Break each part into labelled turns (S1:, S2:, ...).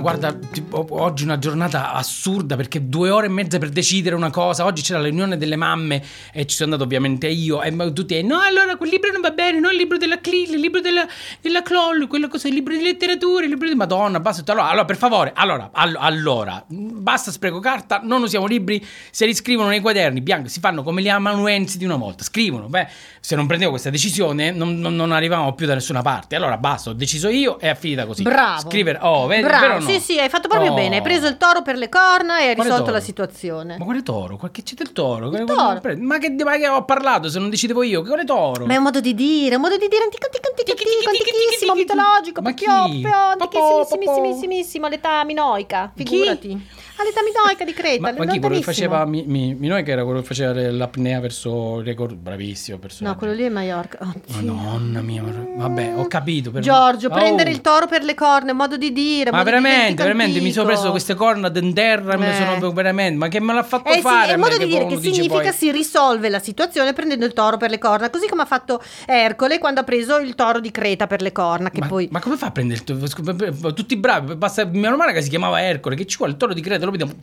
S1: guarda, tipo, oggi è una giornata assurda perché due ore e mezza per decidere una cosa. Oggi c'era la riunione delle mamme e ci sono andato ovviamente io. E ma tutti, no, allora quel libro non va bene, no, il libro della Clil, il libro della, della Cloll, quella cosa, il libro di letteratura, il libro di Madonna. Basta. Ho detto, Allora, allora, per favore, allora, all- allora, basta spreco carta, non usiamo libri, se li scrivono nei quaderni bianchi, si fanno come gli amanuensi di una volta. Scrivono, beh, se non prendevo questa decisione non, non- non arrivavamo più da nessuna parte. Allora basta, ho deciso io e è finita così.
S2: Bravo.
S1: Scrivere, oh, vedi,
S2: Bravo.
S1: però no.
S2: Sì, sì, hai fatto proprio
S1: Oh.
S2: bene. Hai preso il toro per le corna e hai
S1: Quale
S2: risolto la
S1: toro?
S2: situazione.
S1: Ma quale toro? Qua- Che c'è del toro? Quale-
S2: toro.
S1: quale- Ma che, ma che ho parlato se non decidevo io? Che quale toro?
S2: Ma è un modo di dire, un modo di dire antico, antico, antico,
S1: Tiki, tiki,
S2: antico,
S1: tiki, tiki,
S2: antichissimo,
S1: tiki.
S2: mitologico,
S1: Ma chi?
S2: vecchioppio,
S1: Papò,
S2: antichissimissimissimo, all'età minoica,
S1: Chi?
S2: figurati. All'età minoica di Creta,
S1: ma, ma chi quello che
S2: lontanissimo.
S1: faceva mi, mi, Minoi che era quello che faceva le- l'apnea verso il record bravissimo personaggio.
S2: No, quello lì è Maiorca. Oddio.
S1: Madonna mia, ma- vabbè, ho capito però-
S2: Giorgio,
S1: Oh.
S2: prendere il toro per le corna, è un modo di dire. è un
S1: Ma
S2: modo di dire
S1: veramente,
S2: antico,
S1: veramente mi sono preso
S2: antico.
S1: queste corna d'enterra, me
S2: Eh.
S1: ne sono veramente, ma che me l'ha fatto
S2: Eh sì,
S1: fare?
S2: è
S1: a
S2: un
S1: me
S2: modo di dire
S1: uno
S2: che
S1: dice
S2: significa
S1: poi-
S2: si risolve la situazione prendendo il toro per le corna, così come ha fatto Ercole quando ha preso il toro di Creta per le corna, che
S1: ma,
S2: poi
S1: ma come fa a prendere il toro? Scusa, Tutti bravi, basta, meno male che si chiamava Ercole, che ci vuole il toro di Creta, lo vediamo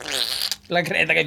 S1: la Creta che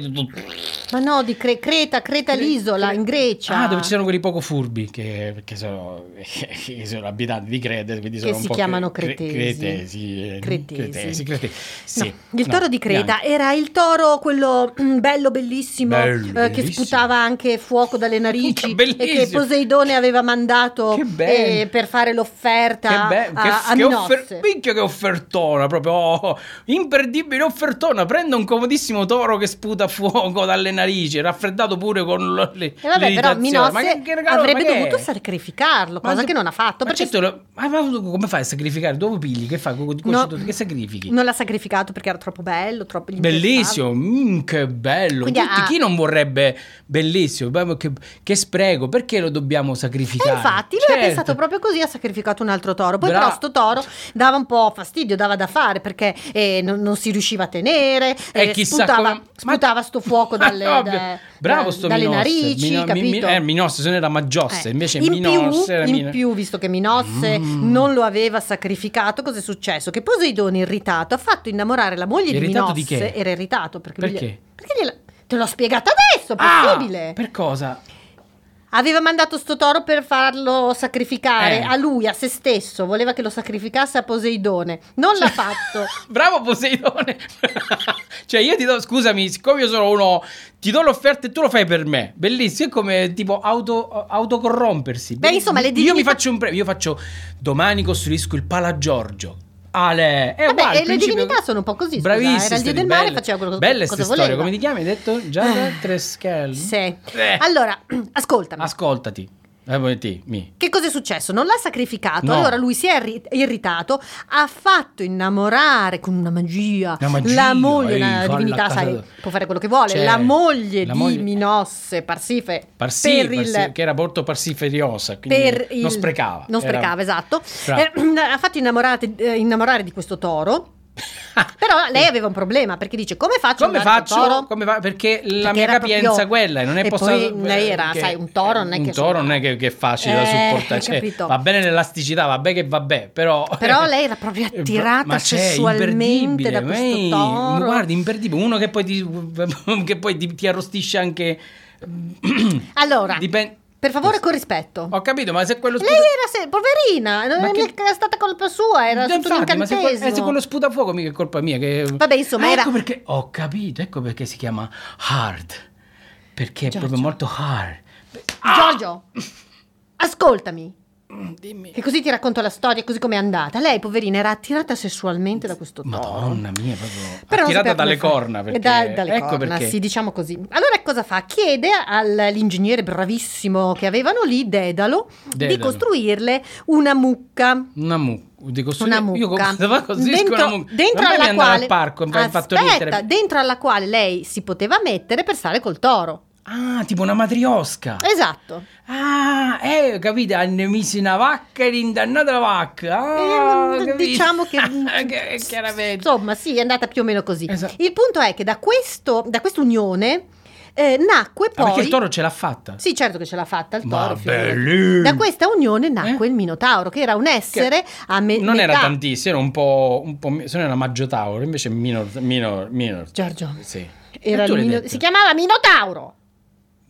S2: Ma no, di Cre- Creta, Creta l'isola in Grecia.
S1: Ah, dove ci sono quelli poco furbi che, perché sono, che sono abitanti di Creta, quindi sono un
S2: si
S1: po'
S2: chiamano
S1: cre- cre-
S2: cretesi.
S1: Cretesi, eh,
S2: Cretesi.
S1: cretesi, cretesi.
S2: No,
S1: Sì,
S2: il
S1: no,
S2: toro di Creta
S1: bianchi.
S2: era il toro quello mm, bello bellissimo
S1: Bello,
S2: eh, che
S1: bellissimo.
S2: sputava anche fuoco dalle narici e
S1: Bellissimo.
S2: che Poseidone aveva mandato
S1: Che bello.
S2: eh, per fare l'offerta
S1: Che bello, che,
S2: a, a
S1: che
S2: Minosse.
S1: offer- minchia che offertona, proprio oh, imperdibile offertona. Prende un comodissimo toro che sputa fuoco dalle narici, raffreddato pure con l- le
S2: E vabbè, però
S1: l'irritazione.
S2: Minosse
S1: Ma che- che regalo-
S2: avrebbe
S1: ma che è?
S2: dovuto sacrificarlo,
S1: Ma
S2: cosa
S1: tu-
S2: che non ha fatto.
S1: Ma
S2: perché
S1: certo, lo- ah, ma tu come fai a sacrificare? Dove pigli? Che fai? Co- co-
S2: No.
S1: Che sacrifichi?
S2: non l'ha sacrificato perché era troppo bello, troppo gli
S1: Bellissimo, mm, che bello.
S2: Quindi
S1: Tutti-
S2: ha-
S1: Chi non vorrebbe bellissimo? Beh, ma Che, che spreco, perché lo dobbiamo
S2: E
S1: sacrificare?
S2: Eh, infatti lui ha
S1: Certo.
S2: pensato proprio così, ha sacrificato un altro toro. Poi
S1: Bra-
S2: però sto toro dava un po' fastidio, dava da fare perché eh, non, non si riusciva a tenere,
S1: E
S2: eh,
S1: chissà
S2: sputava,
S1: come-
S2: sputava
S1: ma-
S2: sto fuoco dalle,
S1: Ah, ovvio.
S2: da-
S1: Bravo
S2: da-
S1: sto
S2: dalle
S1: Minosse.
S2: narici,
S1: Mino- mi-
S2: capito?
S1: mi- eh, Minosse, se non era Magiosse,
S2: Eh,
S1: invece
S2: in
S1: Minosse
S2: più,
S1: era
S2: in
S1: Mino-
S2: più, visto che Minosse
S1: Mm.
S2: non lo aveva sacrificato, cosa è successo? Che Poseidone irritato ha fatto innamorare la moglie di
S1: Irritato
S2: Minosse.
S1: di che?
S2: Era irritato perché lui-
S1: Perché?
S2: perché gliela- te l'ho spiegato adesso,
S1: Ah,
S2: possibile.
S1: per cosa?
S2: Aveva mandato sto toro per farlo sacrificare
S1: Eh.
S2: a lui, a se stesso. Voleva che lo sacrificasse a Poseidone. Non
S1: Cioè.
S2: l'ha fatto.
S1: Bravo Poseidone. cioè io ti do scusami, siccome io sono uno ti do l'offerta e tu lo fai per me. Bellissimo, è come tipo auto, autocorrompersi.
S2: Beh, insomma, le
S1: Io mi
S2: divinità-
S1: faccio un premio, io faccio domani costruisco il Pala Giorgio. Ale, è
S2: Vabbè,
S1: uguale,
S2: e
S1: il
S2: le
S1: principio-
S2: divinità sono un po' così, scusa,
S1: Bravissime,
S2: era il dio
S1: ste-
S2: del mare,
S1: belle.
S2: faceva quello che-
S1: Belle
S2: cosa
S1: ste
S2: voleva. Ah.
S1: storie, come ti chiami? Hai detto Giada Treskel.
S2: sì.
S1: Eh.
S2: Allora, ascoltami.
S1: Ascoltati. Eh, vuoi ti- mi.
S2: che cosa è successo? Non l'ha sacrificato.
S1: No.
S2: Allora lui si è irri- irritato, ha fatto innamorare con una magia,
S1: Una magia,
S2: la moglie,
S1: ehi,
S2: la
S1: falla
S2: divinità,
S1: a
S2: sai,
S1: casa-
S2: può fare quello che vuole.
S1: Certo.
S2: La moglie
S1: La
S2: di
S1: moglie-
S2: Minosse, Parsife,
S1: Parsi,
S2: per il-
S1: Parsi- che era molto parsiferiosa, quindi
S2: per il-
S1: non sprecava.
S2: Non
S1: Era-
S2: sprecava, esatto.
S1: Bravo.
S2: Eh, ha fatto innamorate- eh, innamorare di questo toro. Però lei aveva un problema perché dice: Come faccio? a
S1: Come
S2: andare col
S1: faccio?
S2: Toro?
S1: Come fa- Perché la
S2: Perché
S1: mia
S2: era
S1: capienza
S2: proprio-
S1: quella e non è
S2: e
S1: possibile.
S2: poi lei era, sai, un toro non è che-
S1: Un toro non è che, che è facile da
S2: Eh,
S1: sopportare.
S2: hai
S1: cioè,
S2: capito.
S1: va bene l'elasticità, va bene che va bene, però.
S2: Però lei era proprio attirata
S1: Ma c'è,
S2: sessualmente da
S1: imperdibile,
S2: questo
S1: ehi,
S2: toro.
S1: Guardi, imperdibile. Uno che poi ti, che poi ti, ti arrostisce anche.
S2: Allora,
S1: Dipen-
S2: per favore, con rispetto.
S1: Ho capito, ma se quello.
S2: Lei era se- poverina, non
S1: Ma
S2: è
S1: che-
S2: mica stata colpa sua, era stato un
S1: Infatti, ma se quello- eh, se
S2: incantesimo.
S1: quello sputafuoco mica è colpa mia che...
S2: Vabbè, insomma,
S1: Ah,
S2: era-
S1: Ecco perché ho capito, ecco perché si chiama hard. Perché è
S2: Giorgio.
S1: proprio molto hard.
S2: Giorgio,
S1: Ah!
S2: ascoltami.
S1: Mm, Dimmi.
S2: Che così ti racconto la storia, così com'è andata. Lei, poverina, era attirata sessualmente da questo toro.
S1: Madonna mia, proprio
S2: Però
S1: tirata
S2: non sapeva come
S1: dalle
S2: fare.
S1: corna perché...
S2: Da- dalle
S1: ecco
S2: corna,
S1: perché.
S2: sì, diciamo così. Allora cosa fa? Chiede all'ingegnere bravissimo che avevano lì, Dedalo, di
S1: Dedalo.
S2: costruirle una mucca.
S1: Una mucca, dico sì,
S2: Una
S1: io
S2: mucca.
S1: cosa così
S2: dentro,
S1: con una mucca.
S2: dentro
S1: Ma poi mi
S2: alla
S1: andava
S2: quale
S1: al parco, mi ha fatto
S2: aspetta,
S1: ridere.
S2: dentro alla quale lei si poteva mettere per stare col toro.
S1: Ah, tipo una matriosca.
S2: Esatto.
S1: Ah, eh, capite, hanno messo una vacca e l'indannata la vacca. Ah,
S2: Eh,
S1: capito? Ah,
S2: diciamo che,
S1: che chiaramente
S2: insomma, sì, è andata più o meno così.
S1: Esatto.
S2: Il punto è che da questo da questa unione Eh, nacque
S1: Ah,
S2: poi...
S1: perché il toro ce l'ha fatta.
S2: Sì, certo che ce l'ha fatta il
S1: Ma
S2: toro. figurati.
S1: belli!
S2: Da questa unione nacque
S1: Eh?
S2: il Minotauro, che era un essere a me-
S1: non era
S2: metà-
S1: tantissimo, era un po'. Un po' mi- se non era Maggio Tauro, invece minor. minor, minor
S2: Giorgio,
S1: sì.
S2: Cioè, era
S1: E tu
S2: il
S1: l'hai
S2: Mino-
S1: detto.
S2: si chiamava Minotauro.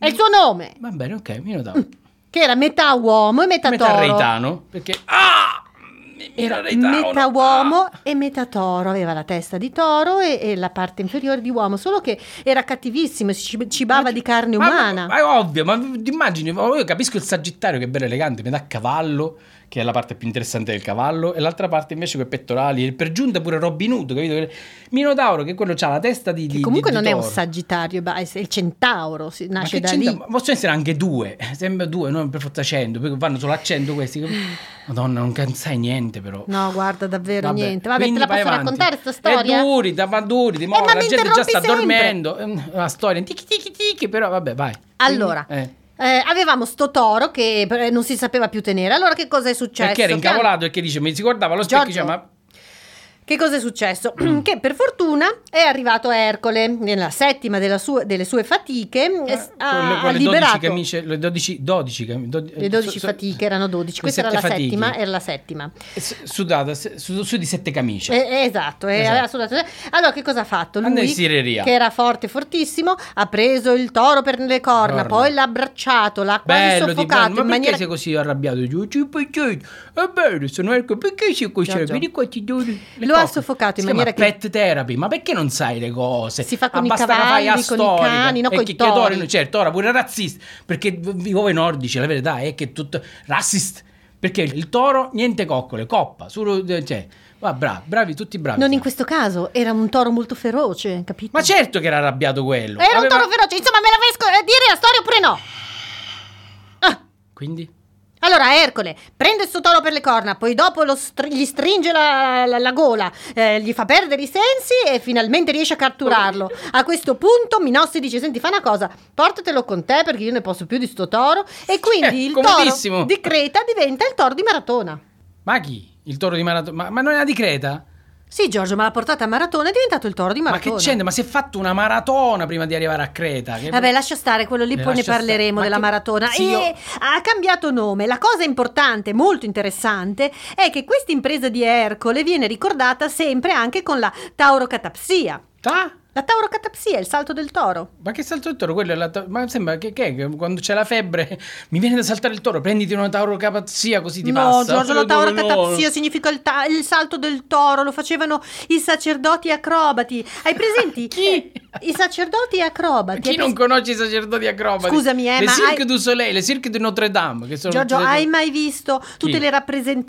S2: È il suo nome,
S1: Va bene, ok, Minotauro.
S2: che era metà uomo e metà,
S1: Metà
S2: toro.
S1: reitano, perché. Ah! Era
S2: Era
S1: reitano.
S2: metà uomo
S1: Ah.
S2: e metà toro, aveva la testa di toro e, e la parte inferiore di uomo, solo che era cattivissimo, si cib- cibava di carne
S1: Ah, Ma-
S2: umana.
S1: Ma, è ovvio, ma ti immagini, ma io capisco il Sagittario che è bello elegante, metà cavallo, che è la parte più interessante del cavallo, e l'altra parte invece con i pettorali, e per giunta pure Robin Hood, capito? Minotauro che quello ha la testa di...
S2: che
S1: di-
S2: comunque
S1: di- di
S2: non è un
S1: toro.
S2: sagittario, ma è il centauro, si-
S1: Ma
S2: nasce
S1: che
S2: da
S1: c'entra?
S2: lì.
S1: Ma Possono essere anche due, eh, sembra due, non per forza cento, perché vanno solo a cento questi. capito? Madonna, non can- sai niente però.
S2: No, guarda, davvero
S1: Vabbè,
S2: niente. Vabbè,
S1: quindi
S2: te la
S1: vai
S2: posso
S1: avanti.
S2: raccontare sta storia?
S1: È duri, da, ma duri, di
S2: Eh,
S1: mo,
S2: ma
S1: la
S2: mi
S1: gente già
S2: interrompi
S1: sta
S2: sempre.
S1: dormendo. Eh, La storia, ticchi ticchi ticchi, però vabbè, vai. Quindi,
S2: Allora,
S1: eh.
S2: eh, avevamo sto toro che eh, non si sapeva più tenere. Allora, che cosa è successo?
S1: Perché era
S2: Che
S1: incavolato e che dice, mi si guardava allo specchio e
S2: cioè, Giorgio.
S1: diceva, ma
S2: Che cosa è successo? che per fortuna è arrivato Ercole nella settima della sua- delle sue fatiche, eh,
S1: eh,
S2: ha,
S1: con le,
S2: ha
S1: con le 12
S2: liberato
S1: camicie, le 12, 12 camicie,
S2: le 12 fatiche, erano 12, questa era la settima, eh. era la settima.
S1: Sudata, se- su, su di sette camicie.
S2: Eh, eh, esatto, eh,
S1: Cioè. Esatto.
S2: aveva sudato. Allora che cosa ha fatto?
S1: Andò in
S2: Lui,
S1: sireria.
S2: che era forte, fortissimo, ha preso il toro per le corna,
S1: Corna.
S2: poi l'ha abbracciato, l'ha quasi
S1: Bello, di
S2: soffocato
S1: bello.
S2: in
S1: ma perché
S2: maniera...
S1: sei così arrabbiato? Dice, "Sì, perché? È bello, sono Erco, perché sei così
S2: Giorgio.
S1: arrabbiato? Vieni qua, ti do le- le
S2: Lo ha
S1: coccole."
S2: soffocato in
S1: Si
S2: maniera
S1: chiama
S2: che-
S1: pet therapy, ma perché non sai le cose?
S2: Si fa con
S1: Ah,
S2: i
S1: basta che fai
S2: cavalli,
S1: a
S2: con i
S1: storica.
S2: cani, no,
S1: E
S2: coi
S1: che- che i
S2: tori.
S1: cioè il toro pure è razzista, perché vi- voi nordici, la verità è che è tutto razzist, perché il toro niente coccole, coppa, solo cioè, va bravi, bravi tutti bravi.
S2: Non in questo caso, era un toro molto feroce, capito?
S1: Ma certo che era arrabbiato quello.
S2: Era un
S1: Aveva-
S2: toro feroce, insomma me la fai sco- eh, dire la storia oppure no? Ah,
S1: Quindi
S2: Allora Ercole prende il suo toro per le corna, poi dopo lo str- gli stringe la, la- la gola, eh, gli fa perdere i sensi e finalmente riesce a catturarlo. A questo punto Minossi dice, senti fa una cosa, portatelo con te perché io ne posso più di sto toro e quindi
S1: Eh,
S2: il
S1: comodissimo.
S2: toro di Creta diventa il toro di Maratona.
S1: ma chi? Il toro di Maratona? Ma, ma non era di Creta?
S2: Sì Giorgio, ma l'ha portata a Maratona è diventato il toro di
S1: Ma
S2: Maratona.
S1: che c'entra? Ma si è fatto una maratona prima di arrivare a Creta. Che...
S2: Vabbè, lascia stare, quello lì
S1: Eh,
S2: poi ne
S1: lascia
S2: parleremo
S1: stare. Ma
S2: della
S1: che-
S2: maratona.
S1: sì,
S2: e
S1: io-
S2: ha cambiato nome. La cosa importante, molto interessante, è che questa impresa di Ercole viene ricordata sempre anche con la taurocatapsia.
S1: Ah,
S2: La taurocatapsia è il salto del toro.
S1: ma che salto il toro? Quello è la ta- Ma sembra che, che- che quando c'è la febbre mi viene da saltare il toro. Prenditi una taurocapazia così ti
S2: no,
S1: passa.
S2: Giorgio,
S1: Quello
S2: la
S1: dove no.
S2: taurocatapsia significa il, ta- il salto del toro. Lo facevano i sacerdoti acrobati. Hai presenti?
S1: Chi?
S2: I sacerdoti acrobati.
S1: Chi
S2: Hai
S1: non
S2: pres-
S1: conosce i sacerdoti acrobati?
S2: Scusami, eh,
S1: le
S2: ma
S1: Cirque
S2: hai-
S1: du Soleil, le Cirque di Notre Dame. Che sono
S2: Giorgio, hai
S1: ma
S2: mai visto tutte
S1: Certo, Chi?
S2: le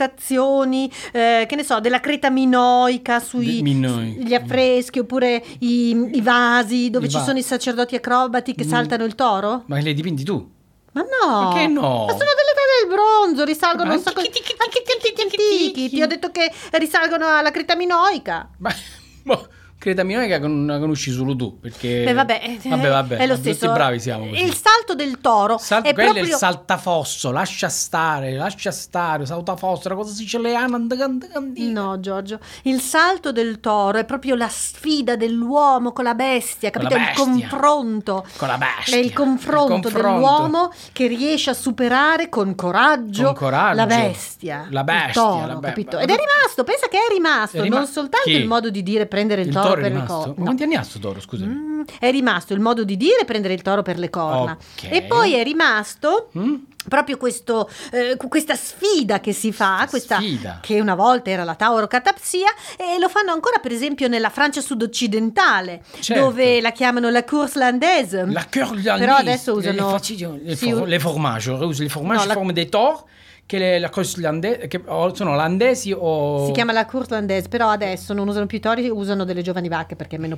S2: rappresentazioni, eh, che ne so, della creta minoica sugli
S1: De- minoica.
S2: gli affreschi oppure i, i vasi dove
S1: I
S2: ci
S1: va-
S2: sono i sacerdoti acrobati che
S1: Mm.
S2: saltano il toro?
S1: Ma le dipinti tu?
S2: Ma no!
S1: Perché no?
S2: Ma sono delle tele del bronzo, risalgono
S1: Ma
S2: a un sacco di...
S1: antichi, antichi,
S2: Antichi, antichi,
S1: antichi,
S2: antichi!
S1: antichi.
S2: Ti ho detto che risalgono alla creta minoica.
S1: Ma. boh, Creta minoica con- la conosci solo tu. Perché.
S2: Beh, vabbè, eh,
S1: vabbè, vabbè,
S2: è lo
S1: ma
S2: stesso.
S1: Tutti bravi siamo. così.
S2: Il salto del toro
S1: Sal-
S2: Esatto. è
S1: quello
S2: proprio...
S1: è il saltafosso, lascia stare, lascia stare, saltafosso, una cosa siciliana. and- and- and-
S2: No, Giorgio, il salto del toro è proprio la sfida dell'uomo con la bestia,
S1: Con la
S2: capito? È Il
S1: bestia.
S2: confronto.
S1: Con la bestia.
S2: È il confronto,
S1: Il confronto.
S2: dell'uomo che riesce a superare con coraggio,
S1: Con coraggio.
S2: la bestia.
S1: La
S2: Il
S1: bestia,
S2: toro,
S1: la be-
S2: capito?
S1: ma-
S2: Ed è rimasto, pensa che è rimasto,
S1: È rima-
S2: non soltanto
S1: Chi?
S2: il modo di dire prendere il,
S1: Il
S2: toro,
S1: toro è
S2: per le
S1: rimasto.
S2: corna.
S1: Ma Quanti anni ha sto toro, scusami?
S2: Mm, è rimasto il modo di dire prendere il toro per le corna.
S1: Ok.
S2: E poi è rimasto
S1: Mm?
S2: proprio questo, eh, cu- questa sfida che si fa, questa
S1: Sfida.
S2: che una volta era la taurocatapsia e lo fanno ancora per esempio nella Francia sudoccidentale
S1: Certo.
S2: dove la chiamano la course landaise
S1: La curl d'Alnis,
S2: però adesso
S1: le-
S2: usano
S1: le, facidio- le
S2: sì,
S1: for-
S2: u-
S1: le formaggi, uso le formaggi
S2: No, la-
S1: in forma dei tor che le- la curl d'Alnis- che o- sono olandesi o
S2: si chiama la course landaise però adesso non usano più i tori usano delle giovani vacche perché è meno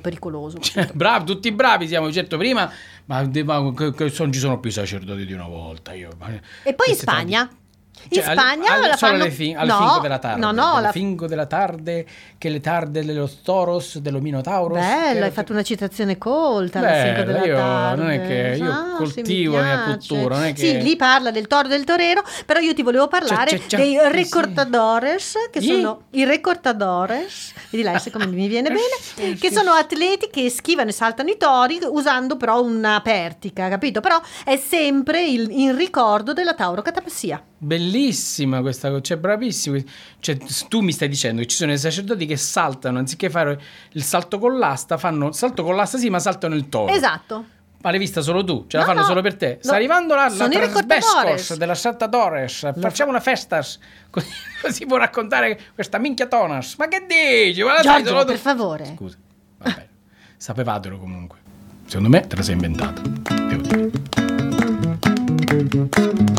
S2: pericoloso
S1: Cioè, bravi, tutti bravi siamo, certo prima, ma, ma che, che son- ci sono più i sacerdoti di una volta io. ma-
S2: e poi in
S1: queste
S2: Spagna in
S1: Cioè, al-
S2: Spagna
S1: al-
S2: la
S1: solo
S2: fanno
S1: alle, fin- alle
S2: no,
S1: fingo della tarde.
S2: No, no,
S1: alle
S2: la
S1: fingo della tarde, che le tarde dello Toros, dello Minotauros.
S2: Bello,
S1: che-
S2: hai fatto una citazione colta. alla
S1: Bello,
S2: Cinque della
S1: io-
S2: tarde.
S1: non è che- io
S2: Ah, sì, mi
S1: coltivo la mia
S2: piace.
S1: cultura, non è che-
S2: Sì, lì parla del toro e del torero, però io ti volevo parlare
S1: C'è- c'è- c'è-
S2: dei
S1: sì.
S2: recortadores, che
S1: Sì.
S2: sono i recortadores, vedi là se come mi viene bene, che sono atleti che schivano e saltano i tori usando però una pertica, capito? Però è sempre il, in ricordo della taurocatapessia.
S1: Bellissima questa cosa, cioè bravissimo. Cioè, s- tu mi stai dicendo che ci sono i sacerdoti che saltano, anziché fare il salto con l'asta, fanno il salto con l'asta sì, ma saltano il toro.
S2: Esatto.
S1: Ma l'hai vista solo tu, ce la
S2: No,
S1: fanno
S2: no,
S1: solo per te.
S2: no.
S1: Sta arrivando la, la
S2: Sono i
S1: Transbescos
S2: ricordadores.
S1: della Santa Dores. Facciamo una festa. Così, così può raccontare questa minchia Tonas. Ma che dici? Ma la sai
S2: Giorgio,
S1: solo tu.
S2: per favore.
S1: Scusa, va bene. Sapevatelo comunque. Secondo me te la sei inventata. Devo dire.